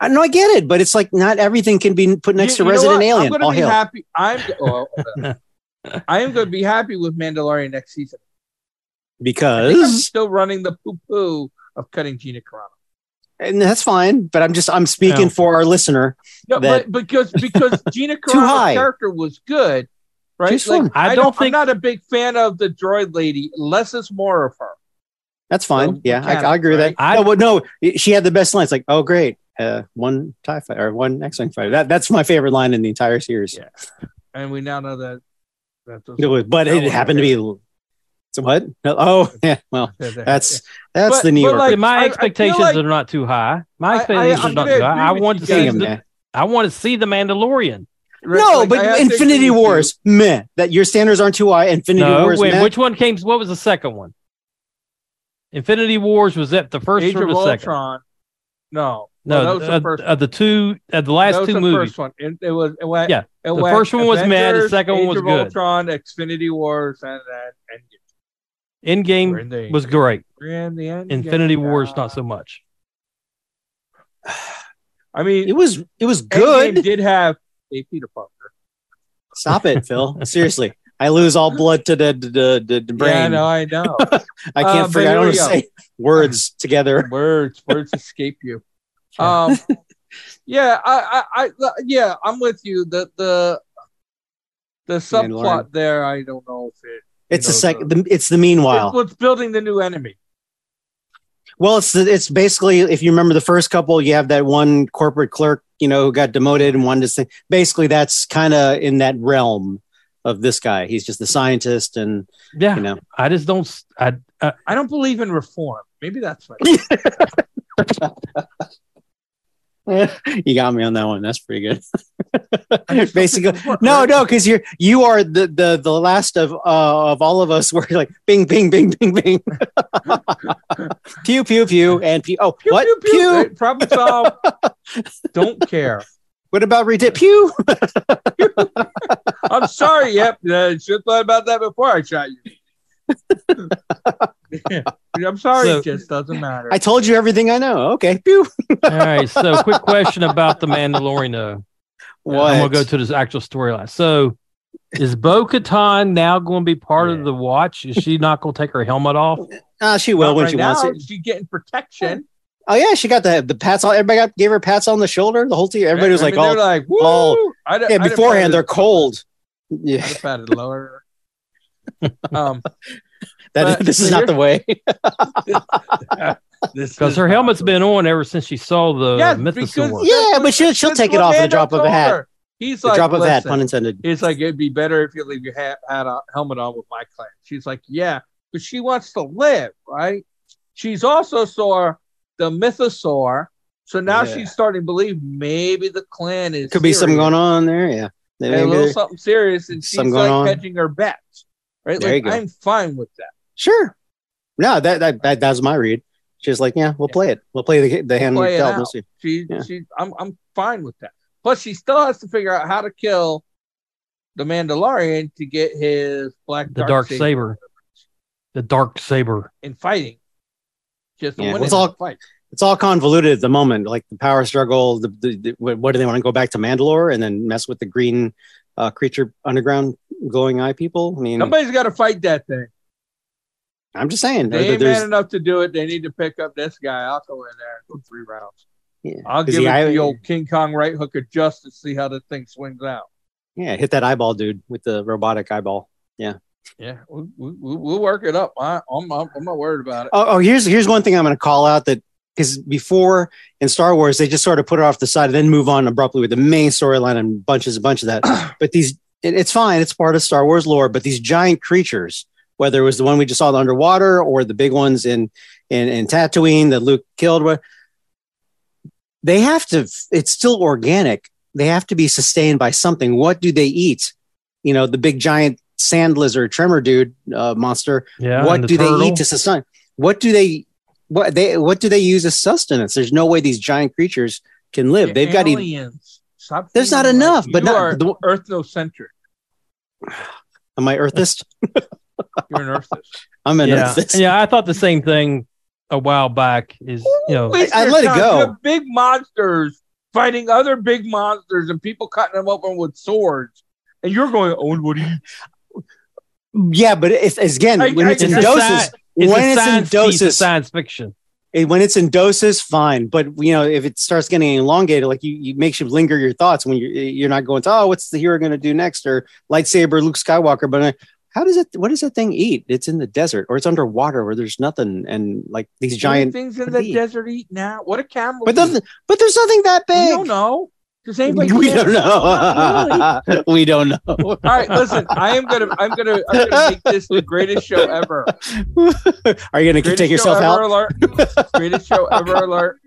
Speaker 3: I know I get it, but it's like not everything can be put next
Speaker 1: You- you
Speaker 3: to
Speaker 1: know
Speaker 3: Resident
Speaker 1: what? I'm
Speaker 3: Alien. All
Speaker 1: gonna be
Speaker 3: hail.
Speaker 1: happy. I'm. oh, hold on. I am going to be happy with Mandalorian next season. I think I'm
Speaker 3: because
Speaker 1: still running the poo poo of cutting Gina Carano.
Speaker 3: and that's fine, but I'm just I'm speaking
Speaker 2: No.
Speaker 3: for our listener.
Speaker 1: No,
Speaker 3: That-
Speaker 1: but because because Gina
Speaker 3: Too high.
Speaker 1: Carano's character was good, right?
Speaker 3: She's fun.
Speaker 2: I don't think-
Speaker 1: I'm not a big fan of the droid lady. Less is more of her.
Speaker 3: That's fine.
Speaker 1: Well,
Speaker 3: yeah, I,
Speaker 1: mechanic,
Speaker 3: I agree with that.
Speaker 1: right?
Speaker 2: I-
Speaker 3: no, well, no, she had the best lines. Like, oh great, uh, one tie fighter or one X wing fighter. That that's my favorite line in the entire series.
Speaker 1: Yeah. And we now know that that's
Speaker 3: It was- but
Speaker 1: That
Speaker 3: it
Speaker 1: one,
Speaker 3: happened to be. So what? No, Oh yeah. Well, that's that's
Speaker 1: But-
Speaker 3: the New
Speaker 1: but
Speaker 3: Yorker.
Speaker 1: like- I- I
Speaker 2: my
Speaker 1: feel
Speaker 2: expectations
Speaker 1: like-
Speaker 2: are not too high. My
Speaker 1: I- I-
Speaker 2: expectations
Speaker 1: I'm
Speaker 2: are not
Speaker 1: gonna
Speaker 2: too high.
Speaker 1: agree
Speaker 2: I
Speaker 1: with
Speaker 2: want
Speaker 1: you
Speaker 2: to
Speaker 1: guys
Speaker 2: see
Speaker 1: that-
Speaker 2: the,
Speaker 3: man.
Speaker 2: I want to see the Mandalorian.
Speaker 1: Right, like, I
Speaker 3: no,
Speaker 1: have
Speaker 3: but
Speaker 1: to agree
Speaker 3: Infinity
Speaker 1: with you.
Speaker 3: Wars, meh. That your standards aren't too high. Infinity
Speaker 2: no,
Speaker 3: Wars,
Speaker 2: wait,
Speaker 3: meh.
Speaker 2: which one came? What was the second one? Infinity Wars was that the first
Speaker 1: Age
Speaker 2: or
Speaker 1: of
Speaker 2: the second?
Speaker 1: Ultron. No,
Speaker 2: No,
Speaker 1: that was the
Speaker 2: uh,
Speaker 1: first.
Speaker 2: uh, the two, uh, the last
Speaker 1: that was
Speaker 2: two
Speaker 1: the
Speaker 2: movies.
Speaker 1: first one. It, it was it went,
Speaker 2: Yeah,
Speaker 1: it
Speaker 2: the
Speaker 1: went
Speaker 2: first one was mad, the
Speaker 1: Avengers,
Speaker 2: second one
Speaker 1: Age
Speaker 2: was
Speaker 1: of
Speaker 2: good.
Speaker 1: Ultron, Xfinity Wars, and and, and we're
Speaker 2: Endgame
Speaker 1: in the,
Speaker 2: was great.
Speaker 1: we're in the end.
Speaker 2: Infinity
Speaker 1: game.
Speaker 2: Wars,
Speaker 1: Uh,
Speaker 2: not so much.
Speaker 1: I mean,
Speaker 3: It was it was
Speaker 1: Endgame
Speaker 3: good.
Speaker 1: Did have a Peter Parker.
Speaker 3: Stop it, Phil. Seriously, I lose all blood to the, the, the, the brain.
Speaker 1: Yeah, I know, I know.
Speaker 3: I
Speaker 1: Uh,
Speaker 3: can't figure.
Speaker 1: but
Speaker 3: I don't want to
Speaker 1: here we
Speaker 3: say words together.
Speaker 1: words, words escape you. Um, yeah, I, I, I, yeah, I'm with you. The the the subplot
Speaker 3: Mandalorian.
Speaker 1: there, I don't know if it.
Speaker 3: It's
Speaker 1: know,
Speaker 3: the second. The, it's the meanwhile.
Speaker 1: It's what's building the new enemy.
Speaker 3: well, it's the, it's basically if you remember the first couple, you have that one corporate clerk, you know, who got demoted and wanted to say. Basically, that's kind of in that realm of this guy. He's just the scientist, and
Speaker 2: Yeah,
Speaker 3: you know,
Speaker 2: I just don't. s- I
Speaker 1: I don't believe in reform. Maybe that's what.
Speaker 3: you got me on that one. That's pretty good.
Speaker 1: I just don't think
Speaker 3: Basically-
Speaker 1: it's work,
Speaker 3: No,
Speaker 1: right?
Speaker 3: no, because you're you are the the the last of uh, of all of us. We're like bing, bing, bing, bing, bing, pew, pew, pew, and pew. Oh,
Speaker 1: Pew,
Speaker 3: what
Speaker 1: pew,
Speaker 3: pew?
Speaker 1: pew. Right? Problem solved. Don't care.
Speaker 3: What about Redip? Pew.
Speaker 1: I'm sorry. Yep. uh, I should have thought about that before I shot you. I'm sorry.
Speaker 2: So-
Speaker 1: it just doesn't matter.
Speaker 3: I told you everything I know. Okay. Pew.
Speaker 2: All right. So, quick question about the Mandalorian, though.
Speaker 3: What?
Speaker 2: I'm gonna go to this actual storyline. So, is Bo Katan now going to be part
Speaker 1: Yeah.
Speaker 2: of the Watch? Is she not going to take her helmet off?
Speaker 3: Ah, she
Speaker 1: But
Speaker 3: will when
Speaker 1: right
Speaker 3: she
Speaker 1: now,
Speaker 3: wants it.
Speaker 1: She's getting protection.
Speaker 3: Oh yeah, she got the the pats on. Everybody got, gave her pats on the shoulder. The whole team. Everybody was
Speaker 1: I
Speaker 3: like,
Speaker 1: mean,
Speaker 3: "Oh,
Speaker 1: they're like, Woo!
Speaker 3: all-
Speaker 1: I d-
Speaker 3: yeah."
Speaker 1: I'd have
Speaker 3: Beforehand, they're
Speaker 1: patted-
Speaker 3: cold. Yeah,
Speaker 1: I'd have patted lower. um,
Speaker 3: that,
Speaker 1: but
Speaker 3: this is not
Speaker 1: here-
Speaker 3: the way.
Speaker 1: this
Speaker 2: Because
Speaker 1: is
Speaker 2: her helmet's
Speaker 1: awesome.
Speaker 2: been uh, on ever since she saw the
Speaker 1: Yes,
Speaker 2: Mythosaur.
Speaker 1: because-
Speaker 3: yeah, but she'll she'll
Speaker 1: That's
Speaker 3: take it
Speaker 1: what
Speaker 3: off at
Speaker 1: Mando
Speaker 3: the drop of a
Speaker 1: told
Speaker 3: hat.
Speaker 1: her. He's
Speaker 3: The
Speaker 1: like,
Speaker 3: drop of a hat,
Speaker 1: "Listen,"
Speaker 3: pun intended.
Speaker 1: It's like it'd be better if you leave your hat, hat on, helmet on with my clan. She's like, yeah, but she wants to live, right? She's also saw the mythosaur, so now
Speaker 3: Yeah.
Speaker 1: she's starting to believe maybe the clan is
Speaker 3: Could be something
Speaker 1: serious.
Speaker 3: going on there. Yeah, They-
Speaker 1: a
Speaker 3: maybe
Speaker 1: little
Speaker 3: they're-
Speaker 1: something serious, and she's
Speaker 3: Something going
Speaker 1: like
Speaker 3: on.
Speaker 1: hedging her bets, right?
Speaker 3: There you
Speaker 1: like
Speaker 3: go.
Speaker 1: I'm fine with that.
Speaker 3: sure. No, that that, that that's my read. She's like, yeah, we'll play it. We'll play the the hand
Speaker 1: Play
Speaker 3: we
Speaker 1: it
Speaker 3: dealt.
Speaker 1: out.
Speaker 3: We'll see.
Speaker 1: She,
Speaker 3: Yeah.
Speaker 1: she, I'm, I'm fine with that. Plus, she still has to figure out how to kill the Mandalorian to get his black
Speaker 2: the dark saber. The dark saber.
Speaker 1: in fighting. Just
Speaker 3: Yeah,
Speaker 1: winning
Speaker 3: let's all-
Speaker 1: the fight.
Speaker 3: It's all convoluted at the moment, like the power struggle. The, the, the what what do they want to go back to Mandalore and then mess with the green uh, creature underground glowing eye people? I mean,
Speaker 1: Somebody's got to fight that thing.
Speaker 3: I'm just saying.
Speaker 1: They
Speaker 3: there-
Speaker 1: ain't
Speaker 3: there's-
Speaker 1: man enough to do it. They need to pick up this guy. I'll go in there and go three rounds.
Speaker 3: Yeah.
Speaker 1: I'll
Speaker 3: Is
Speaker 1: give
Speaker 3: he
Speaker 1: it
Speaker 3: eye-
Speaker 1: the old King Kong right hook of justice. See how the thing swings out.
Speaker 3: yeah, hit that eyeball, dude, with the robotic eyeball.
Speaker 1: Yeah, we, we, we- we'll work it up. I, I'm, I'm, I'm not worried about it.
Speaker 3: Oh, oh here's here's one thing I'm going to call out that because before in Star Wars they just sort of put it off the side and then move on abruptly with the main storyline and bunches and bunches of that. but these, it, it's fine, it's part of Star Wars lore. But these giant creatures, whether it was the one we just saw underwater or the big ones in in, in Tatooine that Luke killed, wha- they have to. It's still organic. They have to be sustained by something. What do they eat? You know, the big giant sand lizard tremor dude uh, monster
Speaker 2: Yeah.
Speaker 3: what
Speaker 2: and the
Speaker 3: do
Speaker 2: turtle.
Speaker 3: they eat to sustain? What do they what they what do they use as sustenance? There's no way these giant creatures can live.
Speaker 1: The
Speaker 3: They've got to eat.
Speaker 1: aliens. Stop
Speaker 3: There's not
Speaker 1: thinking like
Speaker 3: enough, but
Speaker 1: you
Speaker 3: not-
Speaker 1: are
Speaker 3: the-
Speaker 1: ethnocentric.
Speaker 3: Am I earthist?
Speaker 1: You're an earthist.
Speaker 3: I'm an
Speaker 2: yeah.
Speaker 3: earthist.
Speaker 2: yeah, I thought the same thing a while back. Is you know,
Speaker 1: Waste
Speaker 3: I- I
Speaker 1: your
Speaker 3: let it
Speaker 1: time.
Speaker 3: go.
Speaker 1: You have big monsters fighting other big monsters and people cutting them open with swords. And you're going, oh, what do you?
Speaker 3: Yeah, but if again,
Speaker 1: I-
Speaker 3: when
Speaker 1: I-
Speaker 3: it's in
Speaker 1: it's a
Speaker 3: doses,
Speaker 2: sci- it's
Speaker 3: when
Speaker 2: a
Speaker 3: it's in
Speaker 2: science piece of
Speaker 3: doses,
Speaker 2: science fiction.
Speaker 3: eh, when it's in doses, fine. But you know, if it starts getting elongated, like you, you makes you linger your thoughts when you're you're not going to oh, what's the hero going to do next or lightsaber Luke Skywalker, but. uh, how does it? What does that thing eat? It's in the desert, or it's underwater where there's nothing, and like these giant.
Speaker 1: things in
Speaker 3: what
Speaker 1: the
Speaker 3: do you eat?
Speaker 1: desert eat now. What a camel!
Speaker 3: But
Speaker 1: eat.
Speaker 3: nothing, but there's nothing that
Speaker 1: we
Speaker 3: big.
Speaker 1: don't know. Does
Speaker 3: we
Speaker 1: anybody? care?
Speaker 3: don't know.
Speaker 1: Not
Speaker 3: we don't know.
Speaker 1: All right, listen. I am gonna, I'm gonna, I'm gonna make this the greatest show ever.
Speaker 3: Are you going to
Speaker 1: Greatest
Speaker 3: take
Speaker 1: show
Speaker 3: yourself
Speaker 1: ever
Speaker 3: out?
Speaker 1: Alert. greatest show ever alert.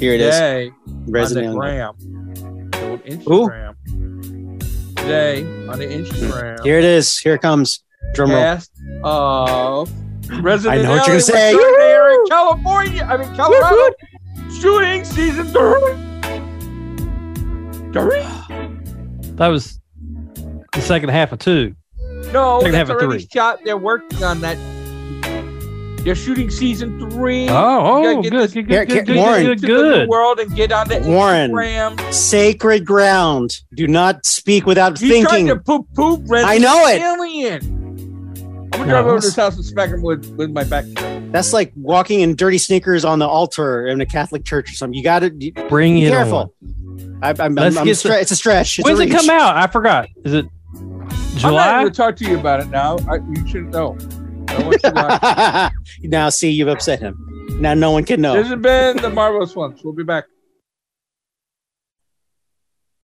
Speaker 3: Here it is.
Speaker 1: Today on the
Speaker 3: Resident Evil.
Speaker 1: gram, the old Instagram. Today on the Instagram.
Speaker 3: Here it is. Here it comes. Drum roll.
Speaker 1: cast of Resident
Speaker 3: I know what you're
Speaker 1: Alien
Speaker 3: gonna say.
Speaker 1: Return there in
Speaker 3: Woo!
Speaker 1: California. I mean Colorado shooting season three. Three?
Speaker 2: That was the second half of two.
Speaker 1: No,
Speaker 2: They can
Speaker 1: that's
Speaker 2: have a
Speaker 1: already
Speaker 2: three.
Speaker 1: shot. They're working on that. They're shooting season three.
Speaker 2: Oh,
Speaker 1: gotta
Speaker 2: oh,
Speaker 1: get
Speaker 2: good,
Speaker 1: this-
Speaker 2: good,
Speaker 3: Here,
Speaker 2: good, good,
Speaker 3: get-
Speaker 2: good,
Speaker 3: Warren.
Speaker 2: good,
Speaker 1: to the
Speaker 2: good.
Speaker 1: new world and get on the
Speaker 3: Warren.
Speaker 1: Instagram.
Speaker 3: Sacred ground. Do not speak without
Speaker 1: He
Speaker 3: thinking.
Speaker 1: tried to poop poop Resident
Speaker 3: I know it.
Speaker 1: Alien. I'm gonna drive
Speaker 2: No.
Speaker 1: over to his house and smack him with, with my back.
Speaker 3: That's like walking in dirty sneakers on the altar in a Catholic church or something. You got to be
Speaker 2: Bring it on.
Speaker 3: careful. I, I'm,
Speaker 2: Let's
Speaker 3: I'm, I'm
Speaker 2: get
Speaker 3: stre- it's a stretch. It's
Speaker 2: When's
Speaker 3: a
Speaker 2: it come out? I forgot. Is it
Speaker 1: I'm not
Speaker 2: July?
Speaker 1: gonna talk to you about it now. I, you should know. I don't want you to-
Speaker 3: out? now, see, you've upset him. Now, no one can know.
Speaker 1: This has been the Marvelous Ones. We'll be back.